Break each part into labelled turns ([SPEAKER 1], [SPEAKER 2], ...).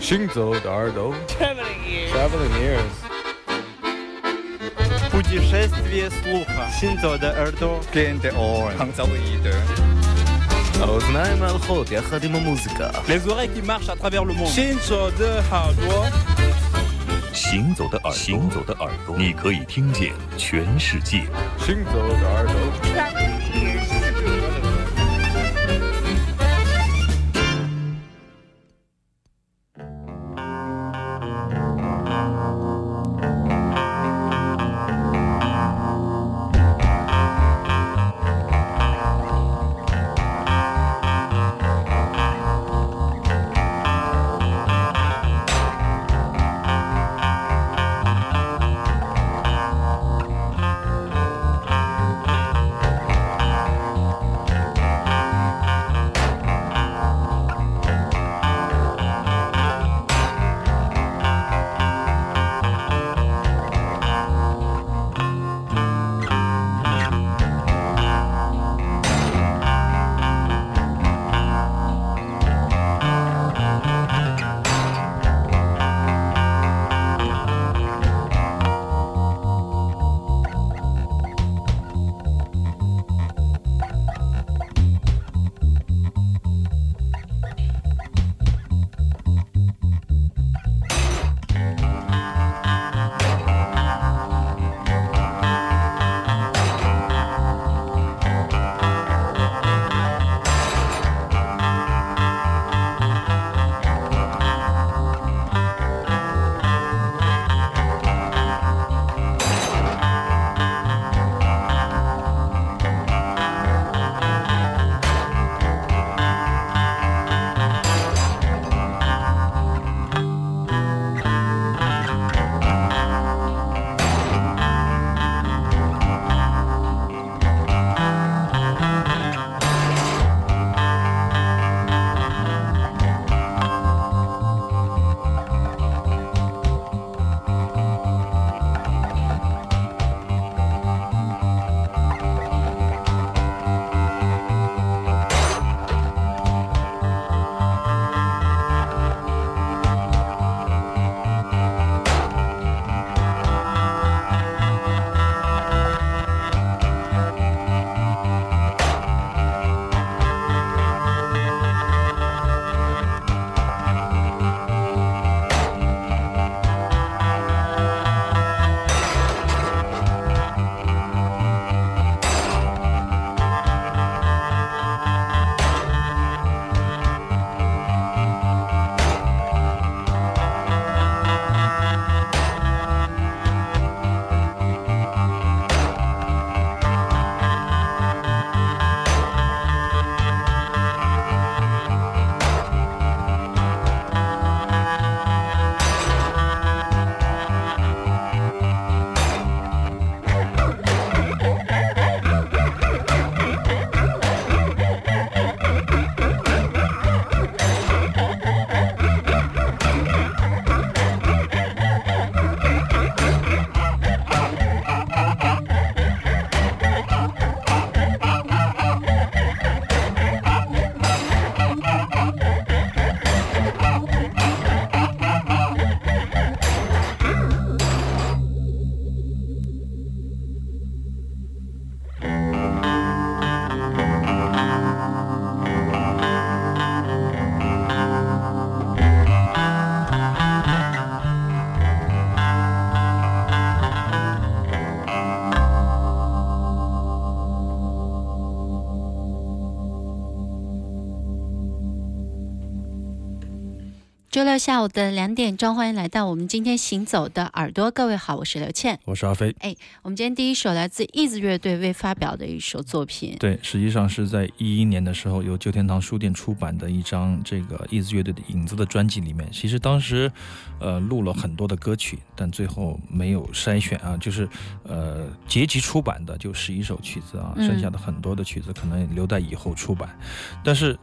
[SPEAKER 1] 行走的耳朵
[SPEAKER 2] Traveling ears.
[SPEAKER 1] ，Traveling ears，
[SPEAKER 3] Путешествие слуха. Синзо де Эрдо.
[SPEAKER 4] Кенте Оуэн.
[SPEAKER 5] האוזניים ההלכות יחד עם המוזיקה.
[SPEAKER 3] Les oreilles qui marchent à travers le monde.
[SPEAKER 2] 行走的好多，
[SPEAKER 6] 行走的耳朵，行走的耳朵，你可以听见全世界。
[SPEAKER 1] 行走的耳朵。
[SPEAKER 7] 周六下午的两点钟，欢迎来到我们今天行走的耳朵。各位好，我是刘倩。
[SPEAKER 8] 我是阿飞。
[SPEAKER 7] 我们今天第一首来自 Ease 乐队未发表的一首作品。
[SPEAKER 8] 对，实际上是在一一年的时候，由旧天堂书店出版的一张这个 Ease 乐队的《影子》的专辑里面，其实当时，呃，录了很多的歌曲，但最后没有筛选啊，就是呃，结集出版的就十一首曲子啊，
[SPEAKER 7] 嗯
[SPEAKER 8] 剩下的很多的曲子可能留在以后出版。但是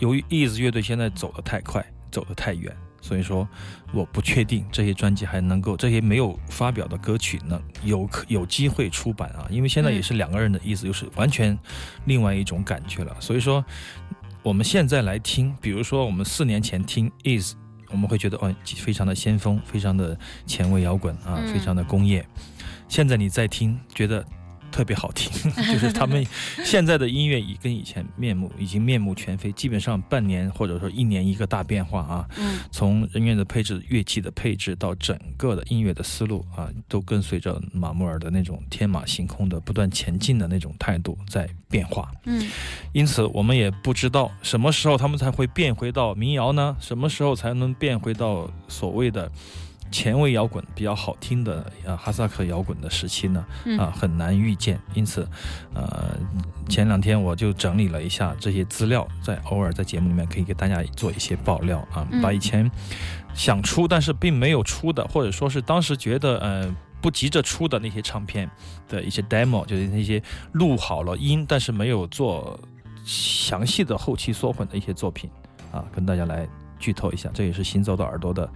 [SPEAKER 8] 由于 Ease 乐队现在走得太快，走得太远。所以说，我不确定这些专辑还能够，这些没有发表的歌曲呢，有可有机会出版啊，因为现在也是两个人的意思，就是完全另外一种感觉了。所以说，我们现在来听，比如说我们四年前听 Is 我们会觉得哦，非常的先锋，非常的前卫摇滚啊，
[SPEAKER 7] 嗯
[SPEAKER 8] 非常的工业。现在你再听，觉得特别好听， 就是他们现在的音乐已跟以前面目已经面目全非，基本上半年或者说一年一个大变化啊。
[SPEAKER 7] 嗯
[SPEAKER 8] 从人员的配置、乐器的配置到整个的音乐的思路啊，都跟随着马穆尔的那种天马行空的不断前进的那种态度在变化。
[SPEAKER 7] 嗯
[SPEAKER 8] 因此，我们也不知道什么时候他们才会变回到民谣呢？什么时候才能变回到所谓的前卫摇滚比较好听的呃哈萨克摇滚的时期呢？
[SPEAKER 7] 嗯
[SPEAKER 8] 啊，很难预见。因此，呃，前两天我就整理了一下这些资料，在偶尔在节目里面可以给大家做一些爆料啊，
[SPEAKER 7] 嗯
[SPEAKER 8] 把以前想出但是并没有出的，或者说是当时觉得呃。不急着出的那些唱片的一些 demo，就是那些录好了音，但是没有做详细的后期缩混的一些作品啊，跟大家来剧透一下，这也是行走的耳朵的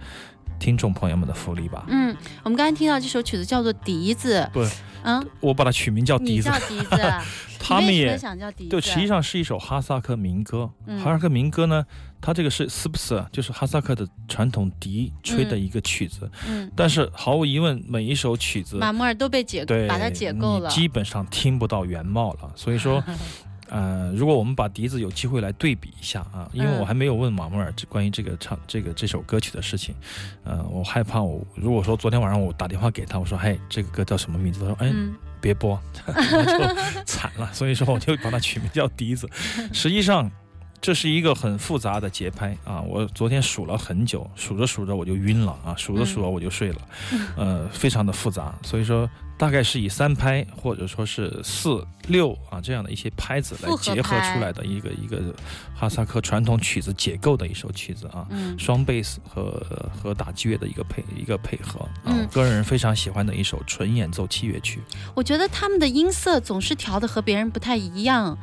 [SPEAKER 8] 听众朋友们的福利吧。
[SPEAKER 7] 嗯，我们刚才听到这首曲子叫做《笛子》，
[SPEAKER 8] 不是
[SPEAKER 7] 嗯，
[SPEAKER 8] 我把它取名叫笛
[SPEAKER 7] 你
[SPEAKER 8] 子
[SPEAKER 7] 叫，笛子啊，
[SPEAKER 8] 他们
[SPEAKER 7] 你为什
[SPEAKER 8] 也
[SPEAKER 7] 么想叫笛子啊？
[SPEAKER 8] 对，实际上是一首哈萨克民歌。
[SPEAKER 7] 嗯
[SPEAKER 8] 哈萨克民歌呢，它这个是斯普斯啊，就是哈萨克的传统笛吹的
[SPEAKER 7] 嗯
[SPEAKER 8] 一个曲子。
[SPEAKER 7] 嗯，
[SPEAKER 8] 但是毫无疑问，每一首曲子
[SPEAKER 7] 马穆尔都被解
[SPEAKER 8] 对
[SPEAKER 7] 把它解构了
[SPEAKER 8] 你，基本上听不到原貌了。所以说，呃，如果我们把笛子有机会来对比一下啊，因为
[SPEAKER 7] 嗯
[SPEAKER 8] 我还没有问马穆尔这关于这个唱这个这首歌曲的事情，呃，我害怕我如果说昨天晚上我打电话给他，我说嘿，这个歌叫什么名字？他说哎，
[SPEAKER 7] 嗯
[SPEAKER 8] 别播， 那就惨了。所以说，我就把它取名叫笛 子。实际上，这是一个很复杂的节拍啊。我昨天数了很久，数着数着我就晕了啊，数着数着我就睡了，
[SPEAKER 7] 嗯
[SPEAKER 8] 呃，非常的复杂。所以说，大概是以三拍或者说是四六啊这样的一些拍子来
[SPEAKER 7] 复合
[SPEAKER 8] 结合
[SPEAKER 7] 拍
[SPEAKER 8] 出来的一个一个哈萨克传统曲子解构的一首曲子啊。
[SPEAKER 7] 嗯
[SPEAKER 8] 双贝斯和和打击乐的一个配一个配合啊，
[SPEAKER 7] 嗯
[SPEAKER 8] 我个人非常喜欢的一首纯演奏器乐曲。
[SPEAKER 7] 我觉得他们的音色总是调的和别人不太一样。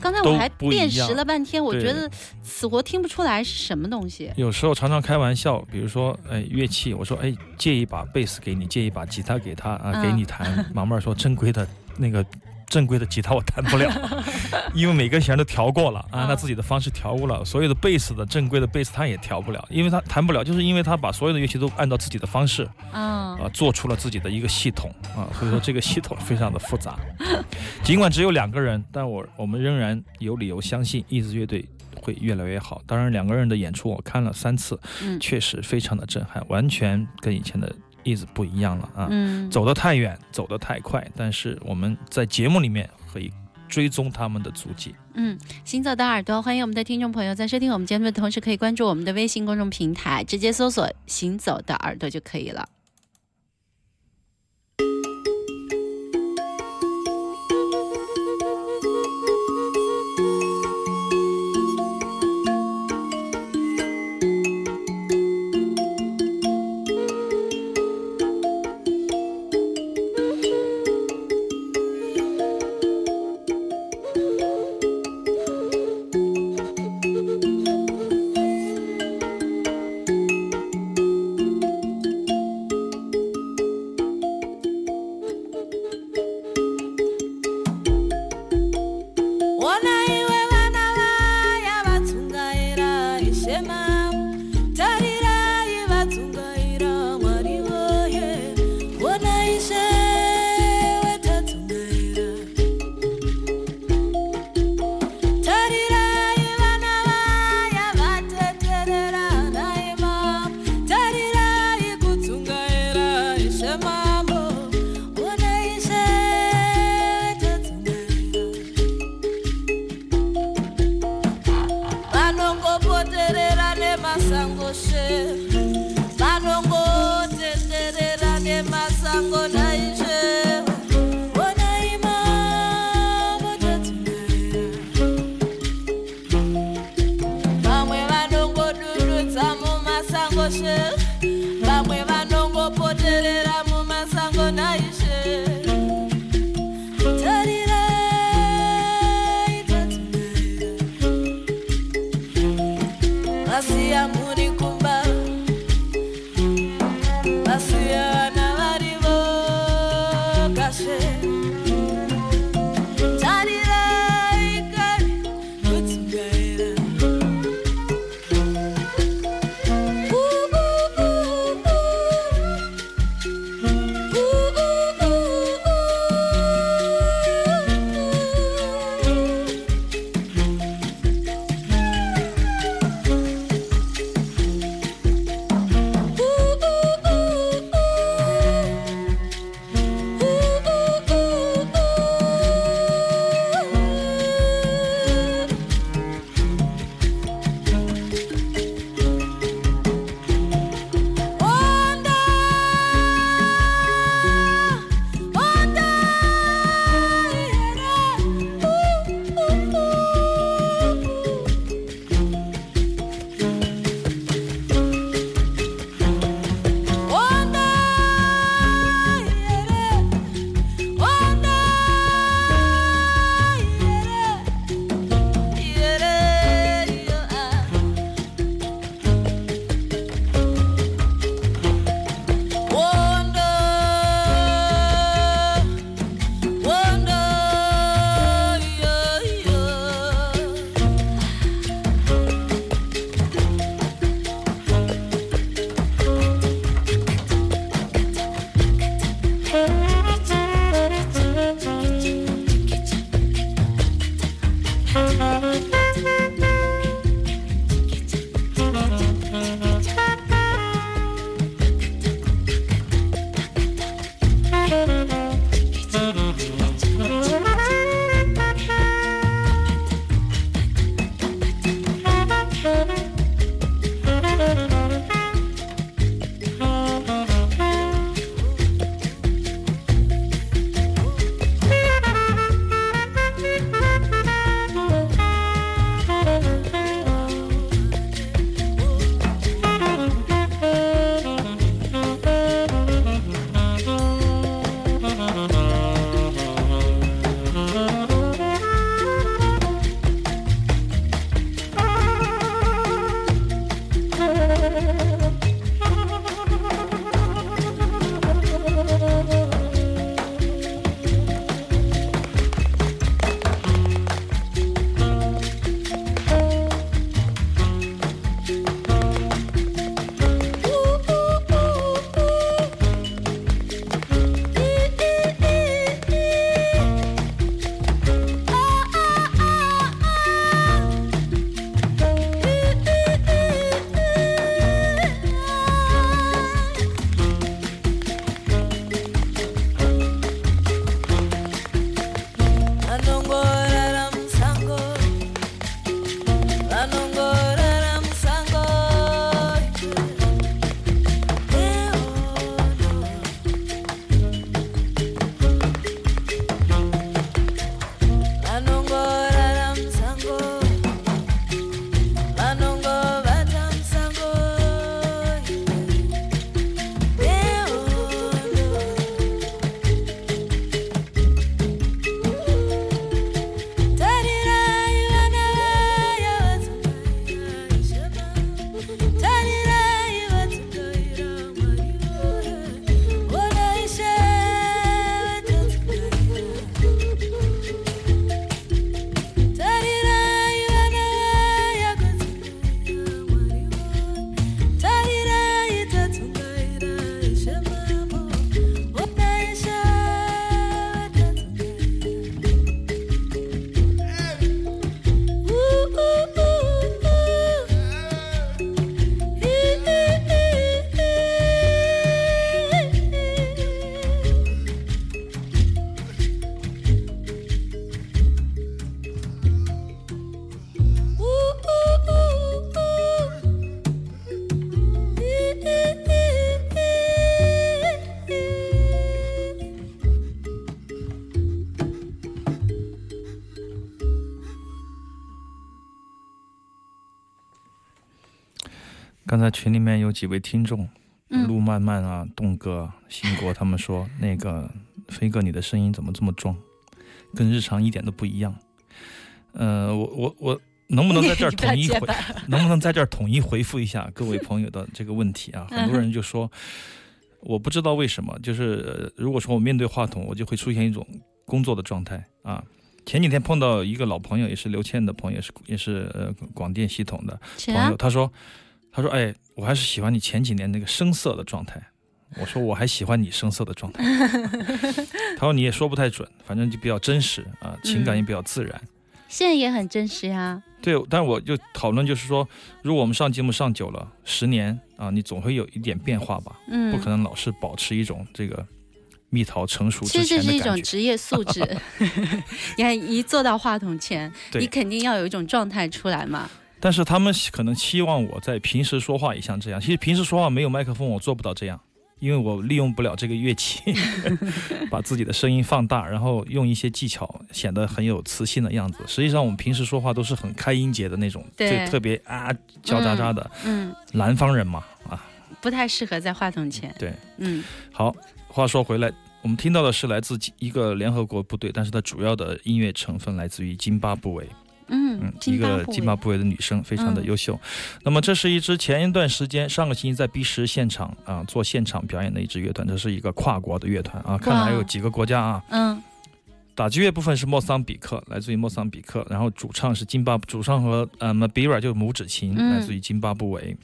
[SPEAKER 7] 刚才
[SPEAKER 8] 都
[SPEAKER 7] 我还
[SPEAKER 8] 不一
[SPEAKER 7] 辨识
[SPEAKER 8] 样
[SPEAKER 7] 了半天，我
[SPEAKER 8] 对
[SPEAKER 7] 觉得死活听不出来是什么东西。
[SPEAKER 8] 有时候常常开玩笑，比如说，哎，乐器，我说，哎，借一把贝斯给你，借一把吉他给他啊，
[SPEAKER 7] 嗯
[SPEAKER 8] 给 你弹。马妹儿说，正规的那个正规的吉他我弹 不了，因为每个弦都调过了，按他
[SPEAKER 7] 嗯
[SPEAKER 8] 自己的方式调过了。所有的贝斯的正规的贝斯他也调不了，因为他弹不了，就是因为他把所有的乐器都按照自己的方式
[SPEAKER 7] 嗯
[SPEAKER 8] 啊，做出了自己的一个系统啊，所以说这个系统非常的复杂。尽管只有两个人，但我我们仍然有理由相信意子乐队会越来越好。当然，两个人的演出我看了三次，
[SPEAKER 7] 嗯
[SPEAKER 8] 确实非常的震撼，完全跟以前的意子不一样了啊。
[SPEAKER 7] 嗯，
[SPEAKER 8] 走得太远，走得太快，但是我们在节目里面可以追踪他们的足迹。
[SPEAKER 7] 嗯，行走的耳朵，欢迎我们的听众朋友在收听我们节目的同时，可以关注我们的微信公众平台，直接搜索“行走的耳朵”就可以了。
[SPEAKER 4] Ona iwe vana vaya vatsungaira ishema tarirai vatsungaira mwari woye ona ishe wetatsungaira tarirai vana vaya vateterera naima tarirai kutsungaira ishemamo ona ishe wetatsungaira vanongopoterera nemasango she vanongotenderera nemasango naishe onai mavotatsungaira vamwe vanongodududza mumasango she vamwe vanongopoterera mumasango naishe tarirai tatsungaira vasiya muri kumba vasiya vana vari vokasve tarirai kare kudzungaira Ooh. é
[SPEAKER 8] 刚才群里面有几位听众，
[SPEAKER 7] 嗯
[SPEAKER 8] 陆漫漫啊、栋哥、新国他们说，那个飞哥你的声音怎么这么装，跟日常一点都不一样。呃，我我我能不能在这儿
[SPEAKER 4] é
[SPEAKER 7] 你不要
[SPEAKER 8] 统一
[SPEAKER 7] 结
[SPEAKER 8] 回
[SPEAKER 7] 巴，
[SPEAKER 8] 能不能在这儿统一回复一下各位朋友的这个问题啊？很多人就说，我不知道为什么，就是、呃如果说我面对话筒，我就会出现一种工作的状态啊。前几天碰到一个老朋友，也是刘倩的朋友，也是也是呃广电系统的
[SPEAKER 7] 谁
[SPEAKER 8] 朋
[SPEAKER 7] 啊
[SPEAKER 8] 友，？他说，他说，哎，我还是喜欢你前几年那个声色的状态。我说我还喜欢你声色的状态。他说你也说不太准，反正就比较真实啊，情感也比较自然。
[SPEAKER 7] 现在也很真实啊呀、
[SPEAKER 8] 对，但我就讨论就是说，如果我们上节目上久了，十年啊，你总会有一点变化吧？
[SPEAKER 7] 嗯，
[SPEAKER 8] 不可能老是保持一种这个蜜桃成熟
[SPEAKER 7] 其
[SPEAKER 8] 之
[SPEAKER 7] 实这
[SPEAKER 8] 前
[SPEAKER 7] 是一
[SPEAKER 8] 的感
[SPEAKER 7] 种
[SPEAKER 8] 觉。
[SPEAKER 7] 职业素质。 你看，一坐到话筒前，
[SPEAKER 8] 对
[SPEAKER 7] 你肯定要有一种状态出来嘛。
[SPEAKER 8] 但是他们可能希望我在平时说话也像这样，其实平时说话没有麦克风，我做不到这样。因为我利用不了这个乐器， 把自己的声音放大，然后用一些技巧显得很有磁性的样子。实际上，我们平时说话都是很开音节的那种，
[SPEAKER 7] 对
[SPEAKER 8] 最特别啊叫喳喳的。
[SPEAKER 7] 嗯，
[SPEAKER 8] 南方人嘛，啊，
[SPEAKER 7] 不太适合在话筒前。
[SPEAKER 8] 对，
[SPEAKER 7] 嗯，
[SPEAKER 8] 好，话说回来，我们听到的是来自一个联合国部队，但是它主要的音乐成分来自于津巴布韦，
[SPEAKER 7] 嗯，
[SPEAKER 8] 一
[SPEAKER 7] 津巴
[SPEAKER 8] 个
[SPEAKER 7] 布
[SPEAKER 8] 津巴
[SPEAKER 7] 韦，
[SPEAKER 8] 布韦的女生，非常的
[SPEAKER 7] 嗯
[SPEAKER 8] 优秀。那么这是一支前一段时间上个星期在 B 十现场啊做现场表演的一支乐团，这是一个跨国的乐团啊，看来还有几个国家啊。
[SPEAKER 7] 嗯
[SPEAKER 8] 打击乐部分是莫桑比克，来自于莫桑比克，然后主唱是津巴，主唱和呃 m a b i r a 就是拇指琴，
[SPEAKER 7] 嗯
[SPEAKER 8] 来自于津巴布韦。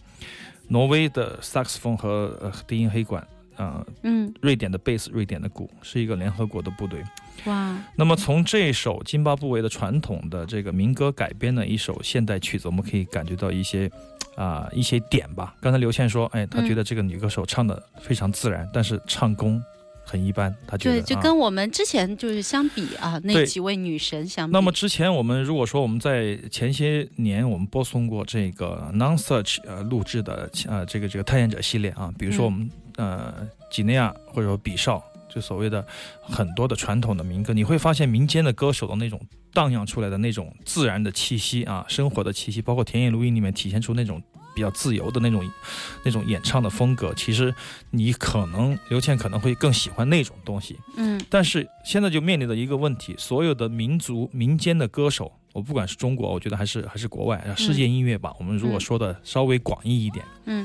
[SPEAKER 8] 挪威的萨克斯风和呃低音黑管，啊、
[SPEAKER 7] 嗯，
[SPEAKER 8] 瑞典的贝斯，瑞典的鼓，是一个联合国的部队。
[SPEAKER 7] 哇，
[SPEAKER 8] 那么从这首津巴布韦的传统的这个民歌改编的一首现代曲子，我们可以感觉到一些啊、一些点吧。刚才刘倩说，哎，她
[SPEAKER 7] 嗯
[SPEAKER 8] 觉得这个女歌手唱的非常自然，但是唱功很一般，她觉得
[SPEAKER 7] 对，就
[SPEAKER 8] 啊
[SPEAKER 7] 跟我们之前就是相比啊，那
[SPEAKER 8] 对
[SPEAKER 7] 几位女神相比，
[SPEAKER 8] 那么之前我们如果说我们在前些年我们播送过这个 Non Search 呃录制的呃这个这个探险者系列啊，比如
[SPEAKER 7] 嗯
[SPEAKER 8] 说我们、呃几内亚或者说比绍，就所谓的很多的传统的民歌，你会发现民间的歌手的那种荡漾出来的那种自然的气息啊，生活的气息，包括田野录音里面体现出那种。比较自由的那种、那种演唱的风格，其实你可能刘倩可能会更喜欢那种东西，
[SPEAKER 7] 嗯
[SPEAKER 8] 但是现在就面临的一个问题，所有的民族民间的歌手，我不管是中国，我觉得还是还是国外，啊世界音乐吧，我们如果说的稍微广义一点，
[SPEAKER 7] 嗯，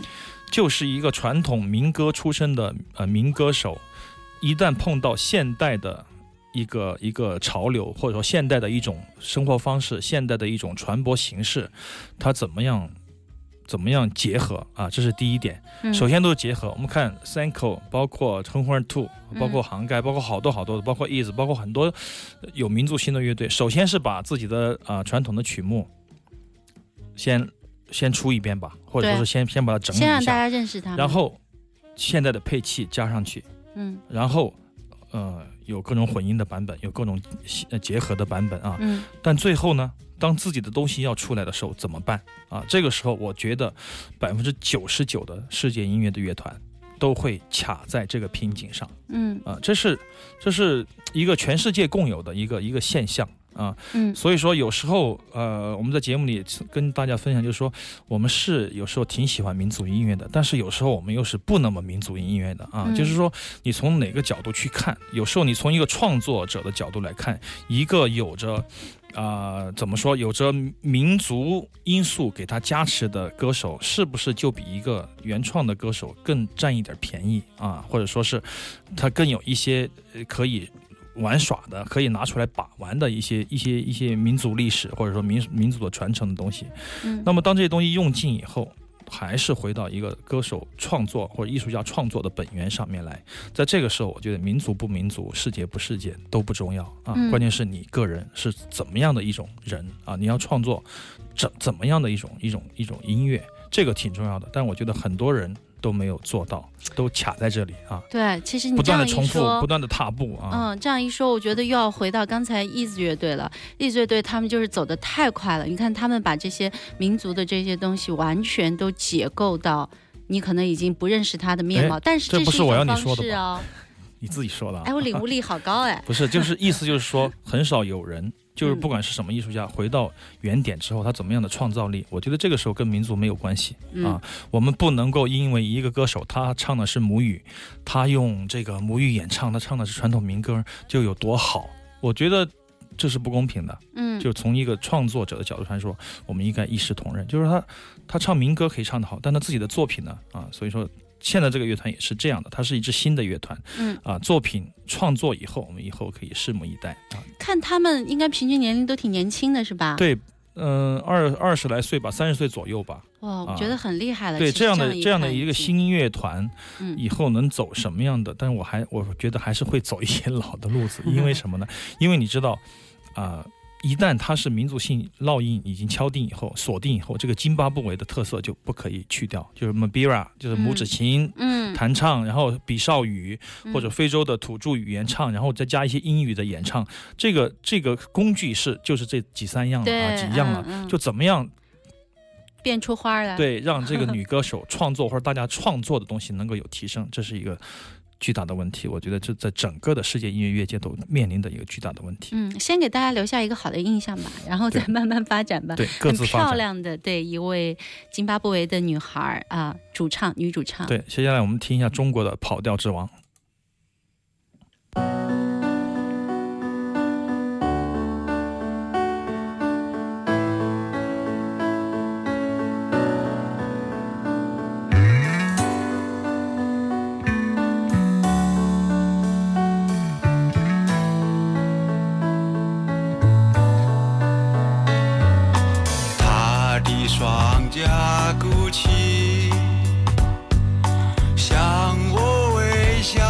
[SPEAKER 8] 就是一个传统民歌出身的呃民歌手，一旦碰到现代的一个一个潮流，或者说现代的一种生活方式、现代的一种传播形式，它怎么样怎么样结合啊？这是第一点。
[SPEAKER 7] 嗯
[SPEAKER 8] 首先都是结合。我们看 Sanko，包括哼哼 Two，
[SPEAKER 7] 嗯
[SPEAKER 8] 包括杭盖，包括好多好多的，包括 Is，包括很多呃有民族性的乐队，首先是把自己的啊、呃传统的曲目先先出一遍吧，或者
[SPEAKER 7] 对
[SPEAKER 8] 说是先先把它整理
[SPEAKER 7] 先让
[SPEAKER 8] 一
[SPEAKER 7] 大
[SPEAKER 8] 下，
[SPEAKER 7] 家认识他们，
[SPEAKER 8] 然后现在的配器加上去，
[SPEAKER 7] 嗯
[SPEAKER 8] 然后呃有各种混音的版本，有各种呃结合的版本啊，
[SPEAKER 7] 嗯
[SPEAKER 8] 但最后呢，当自己的东西要出来的时候怎么办啊？这个时候，我觉得百分之九十九的世界音乐的乐团都会卡在这个瓶颈上
[SPEAKER 7] 嗯
[SPEAKER 8] 啊，这是这是一个全世界共有的一个一个现象啊。
[SPEAKER 7] 嗯
[SPEAKER 8] 所以说，有时候呃，我们在节目里跟大家分享，就是说我们是有时候挺喜欢民族音乐的，但是有时候我们又是不那么民族音乐的啊。
[SPEAKER 7] 嗯
[SPEAKER 8] 就是说，你从哪个角度去看？有时候你从一个创作者的角度来看，一个有着。啊、怎么说？有着民族因素给他加持的歌手，是不是就比一个原创的歌手更占一点便宜啊？或者说是，他更有一些呃可以玩耍的，可以拿出来把玩的一些一些一些民族历史或者说民民族的传承的东西。
[SPEAKER 7] 嗯
[SPEAKER 8] 那么当这些东西用尽以后，还是回到一个歌手创作或者艺术家创作的本源上面来。在这个时候，我觉得民族不民族、世界不世界都不重要啊，
[SPEAKER 7] 嗯
[SPEAKER 8] 关键是你个人是怎么样的一种人啊，你要创作怎怎么样的一种一种一种音乐，这个挺重要的。但我觉得很多人都没有做到，都卡在这里啊。
[SPEAKER 7] 对，其实你
[SPEAKER 8] 不
[SPEAKER 7] 嗯这
[SPEAKER 8] 断
[SPEAKER 7] 样
[SPEAKER 8] 的
[SPEAKER 7] 一
[SPEAKER 8] 重复，
[SPEAKER 7] 说
[SPEAKER 8] 不，断的踏步啊！
[SPEAKER 7] 嗯，这样一说，我觉得又要回到刚才 e 子乐队了。e 子乐队他们就是走得太快了，你看他们把这些民族的这些东西完全都解构到你可能已经不认识他的面貌，但是
[SPEAKER 8] 这不
[SPEAKER 7] 是
[SPEAKER 8] 是
[SPEAKER 7] 一
[SPEAKER 8] 我要
[SPEAKER 7] 种
[SPEAKER 8] 你
[SPEAKER 7] 方
[SPEAKER 8] 说的
[SPEAKER 7] 式
[SPEAKER 8] 吧
[SPEAKER 7] 哦。
[SPEAKER 8] 你自己说的啊。
[SPEAKER 7] 哎，我领悟力好高哎
[SPEAKER 8] 不是，就是意思就是说，很少有人就是不管是什么艺术家，回到原点之后，他怎么样的创造力，我觉得这个时候跟民族没有关系
[SPEAKER 7] 嗯
[SPEAKER 8] 啊。我们不能够因为一个歌手他唱的是母语，他用这个母语演唱，他唱的是传统民歌，就有多好。我觉得这是不公平的。
[SPEAKER 7] 嗯，
[SPEAKER 8] 就从一个创作者的角度上说，我们应该一视同仁。就是他，他唱民歌可以唱得好，但他自己的作品呢，啊，所以说现在这个乐团也是这样的，它是一支新的乐团，
[SPEAKER 7] 嗯
[SPEAKER 8] 啊，作品创作以后，我们以后可以拭目以待啊。
[SPEAKER 7] 看他们应该平均年龄都挺年轻的，是吧？，
[SPEAKER 8] 对，嗯、二二十来岁吧，三十岁左右吧，
[SPEAKER 7] 哇，我
[SPEAKER 8] 啊
[SPEAKER 7] 觉得很厉害了。
[SPEAKER 8] 对，
[SPEAKER 7] 其实
[SPEAKER 8] 这样的
[SPEAKER 7] 一
[SPEAKER 8] 这样的
[SPEAKER 7] 看
[SPEAKER 8] 一个
[SPEAKER 7] 已经，
[SPEAKER 8] 新音乐嗯团，
[SPEAKER 7] 嗯
[SPEAKER 8] 以后能走什么样的？但是我还我觉得还是会走一些老的 路子，因为什么呢？因为你知道，啊、一旦它是民族性烙印已经敲定以后、锁定以后，这个津巴布韦的特色就不可以去掉，就是 Mabira，就是拇指琴。
[SPEAKER 7] 嗯，
[SPEAKER 8] 弹唱，然后比绍语
[SPEAKER 7] 嗯
[SPEAKER 8] 或者非洲的土著语言唱，然后再加一些英语的演唱，这个这个工具是就是这几三样了啊，
[SPEAKER 7] 对
[SPEAKER 8] 几样了，
[SPEAKER 7] 嗯嗯
[SPEAKER 8] 就怎么样
[SPEAKER 7] 变出花儿 来。，
[SPEAKER 8] 对，让这个女歌手创作或者大家创作的东西能够有提升，这是一个巨大的问题。我觉得这在整个的世界音乐乐界都面临的一个巨大的问题。
[SPEAKER 7] 嗯，先给大家留下一个好的印象吧，然后再慢慢发展吧。
[SPEAKER 8] 对，
[SPEAKER 7] 嗯
[SPEAKER 8] 各
[SPEAKER 7] 很
[SPEAKER 8] 自发
[SPEAKER 7] 漂
[SPEAKER 8] 展。
[SPEAKER 7] 亮的，对一位津巴布韦的女孩儿啊、主唱女主唱。，
[SPEAKER 8] 对，接下来我们听一下中国的跑调之王。
[SPEAKER 9] 他的双颊鼓起，向我微笑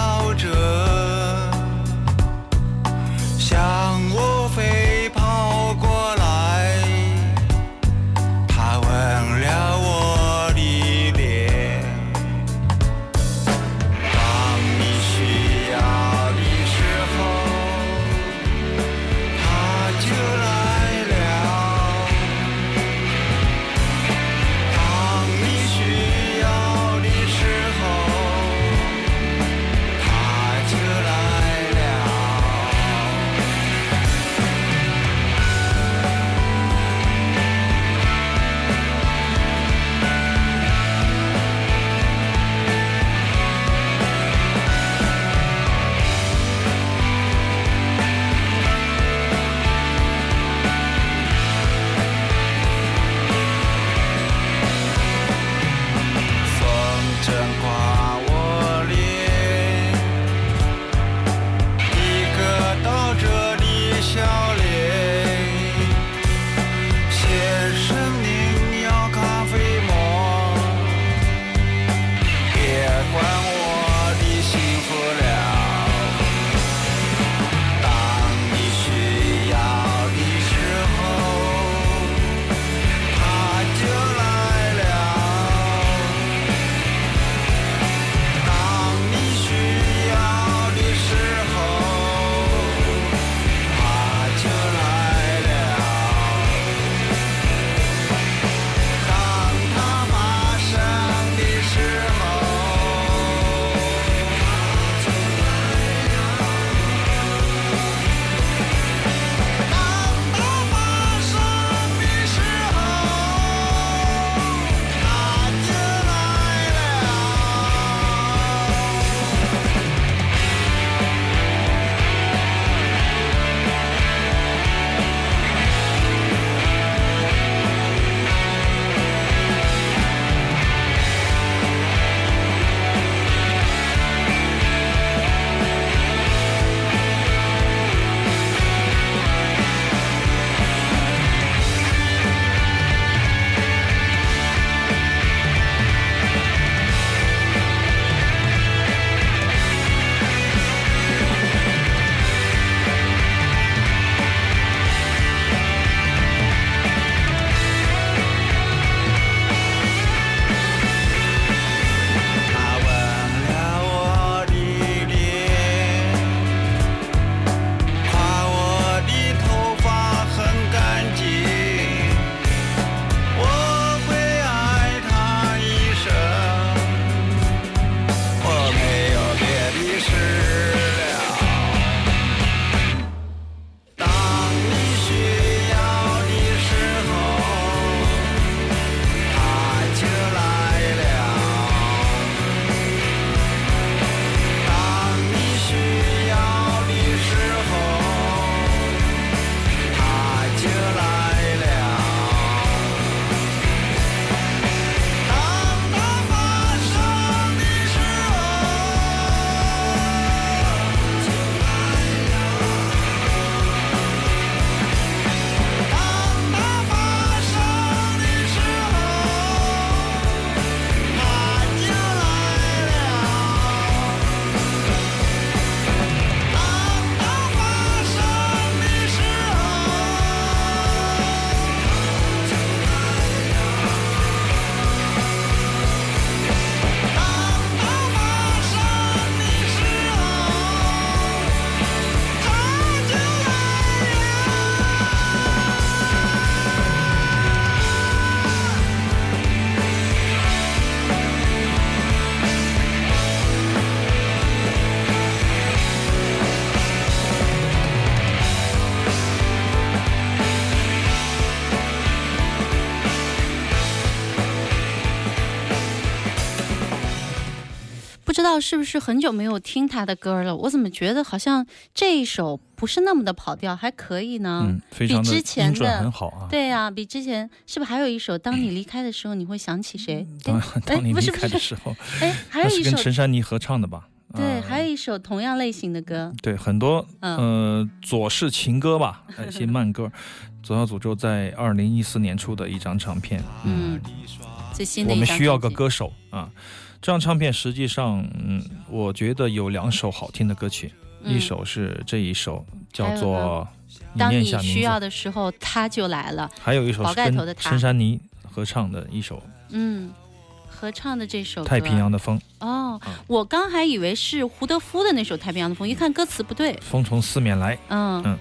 [SPEAKER 7] 知道是不是很久没有听他的歌了，我怎么觉得好像这一首不是那么的跑调，还可以呢？
[SPEAKER 8] 嗯，非常
[SPEAKER 7] 比
[SPEAKER 8] 的
[SPEAKER 7] 之前的
[SPEAKER 8] 音准很好啊。
[SPEAKER 7] 对呀、比之前是不是还有一首《当你离开的时候》，你会想起谁？
[SPEAKER 8] 当
[SPEAKER 7] 哎
[SPEAKER 8] 当你
[SPEAKER 7] 不
[SPEAKER 8] 离
[SPEAKER 7] 是
[SPEAKER 8] 开
[SPEAKER 7] 不
[SPEAKER 8] 的
[SPEAKER 7] 是，
[SPEAKER 8] 时候，
[SPEAKER 7] 哎，还
[SPEAKER 8] 那
[SPEAKER 7] 有一
[SPEAKER 8] 嗯是跟
[SPEAKER 7] 首
[SPEAKER 8] 陈珊妮合唱的吧？
[SPEAKER 7] 对，
[SPEAKER 8] 啊
[SPEAKER 7] 还有一首同样类型的歌，
[SPEAKER 8] 对很多
[SPEAKER 7] 嗯，
[SPEAKER 8] 呃左氏情歌吧，呃 一些慢歌。左小诅咒在二零一四年出的一张唱片，
[SPEAKER 7] 嗯，最新的
[SPEAKER 8] 我
[SPEAKER 7] 一
[SPEAKER 8] 们
[SPEAKER 7] 张
[SPEAKER 8] 需要个
[SPEAKER 7] 专辑，
[SPEAKER 8] 歌手啊。这张唱片实际上，嗯，我觉得有两首好听的歌曲，
[SPEAKER 7] 嗯
[SPEAKER 8] 一首是这一首叫
[SPEAKER 7] 还有
[SPEAKER 8] 做你
[SPEAKER 7] 当
[SPEAKER 8] 念
[SPEAKER 7] 你
[SPEAKER 8] 一下名
[SPEAKER 7] 需要
[SPEAKER 8] 字，
[SPEAKER 7] 的时候，他就来了。
[SPEAKER 8] 还有一首
[SPEAKER 7] 宝
[SPEAKER 8] 是
[SPEAKER 7] 盖头的
[SPEAKER 8] 跟
[SPEAKER 7] 他
[SPEAKER 8] 陈珊妮合唱的一首
[SPEAKER 7] 嗯，合唱的这首
[SPEAKER 8] 《
[SPEAKER 7] 歌
[SPEAKER 8] 太平洋的风》，
[SPEAKER 7] 哦
[SPEAKER 8] 啊，
[SPEAKER 7] 我刚还以为是胡德夫的那首《太平洋的风》，一看歌词不对，
[SPEAKER 8] 风从四面来。
[SPEAKER 7] 嗯
[SPEAKER 8] 嗯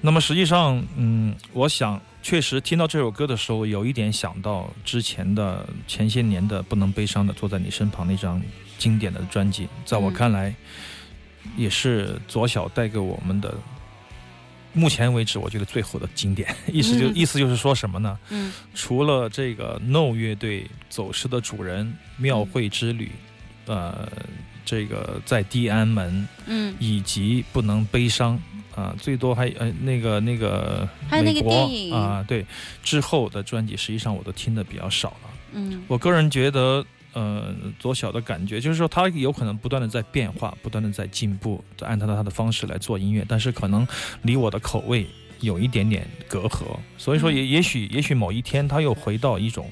[SPEAKER 8] 那么实际上，嗯，我想确实听到这首歌的时候，有一点想到之前的前些年的《不能悲伤的坐在你身旁》那张经典的专辑，在我
[SPEAKER 7] 嗯
[SPEAKER 8] 看来，也是左小带给我们的。目前为止，我觉得最火的经典，意思就、
[SPEAKER 7] 嗯
[SPEAKER 8] 意思就是说什么呢？
[SPEAKER 7] 嗯
[SPEAKER 8] 除了这个 No 乐队《走失的主人》《庙会之旅》，呃，这个在地安门，
[SPEAKER 7] 嗯，
[SPEAKER 8] 以及不能悲伤啊、最多还呃那个那个
[SPEAKER 7] 还有那个
[SPEAKER 8] 美国
[SPEAKER 7] 电影
[SPEAKER 8] 啊、对之后的专辑，实际上我都听的比较少了。
[SPEAKER 7] 嗯
[SPEAKER 8] 我个人觉得，呃，左小的感觉就是说，他有可能不断的在变化，不断的在进步，在按照他的方式来做音乐，但是可能离我的口味有一点点隔阂，所以说
[SPEAKER 7] 嗯
[SPEAKER 8] 也、也许也许某一天他又回到一种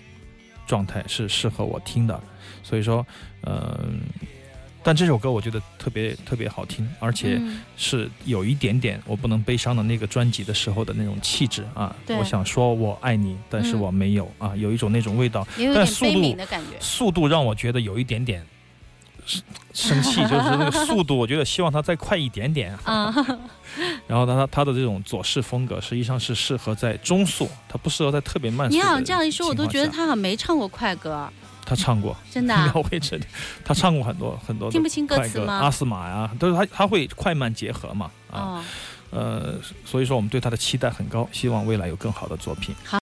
[SPEAKER 8] 状态是适合我听的，所以说，呃。但这首歌我觉得特别特别好听，而且
[SPEAKER 7] 嗯
[SPEAKER 8] 是有一点点我不能悲伤的那个专辑的时候的那种气质啊。
[SPEAKER 7] 对
[SPEAKER 8] 我想说我爱你，但是
[SPEAKER 7] 嗯
[SPEAKER 8] 我没有、啊，有一种那种味道。
[SPEAKER 7] 也有
[SPEAKER 8] 但
[SPEAKER 7] 点
[SPEAKER 8] 速
[SPEAKER 7] 悲
[SPEAKER 8] 度
[SPEAKER 7] 悯的感觉，
[SPEAKER 8] 速度让我觉得有一点点生生 气，就是那个速度，我觉得希望它再快一点点。
[SPEAKER 7] 啊，
[SPEAKER 8] 然后它它它的这种左式风格，实际上是适合在中速，它不适合在特别慢速。啊
[SPEAKER 7] 你好像这样一说，我都觉得他好像没唱过快歌，
[SPEAKER 8] 他 唱过，
[SPEAKER 7] 真的啊
[SPEAKER 8] 描绘这里，他唱过很多很多的
[SPEAKER 7] 听不清歌
[SPEAKER 8] 快
[SPEAKER 7] 词
[SPEAKER 8] 歌，
[SPEAKER 7] 吗
[SPEAKER 8] 阿斯玛呀、都是他他会快慢结合嘛啊、
[SPEAKER 7] 哦。
[SPEAKER 8] 呃，所以说我们对他的期待很高，希望未来有更好的作品。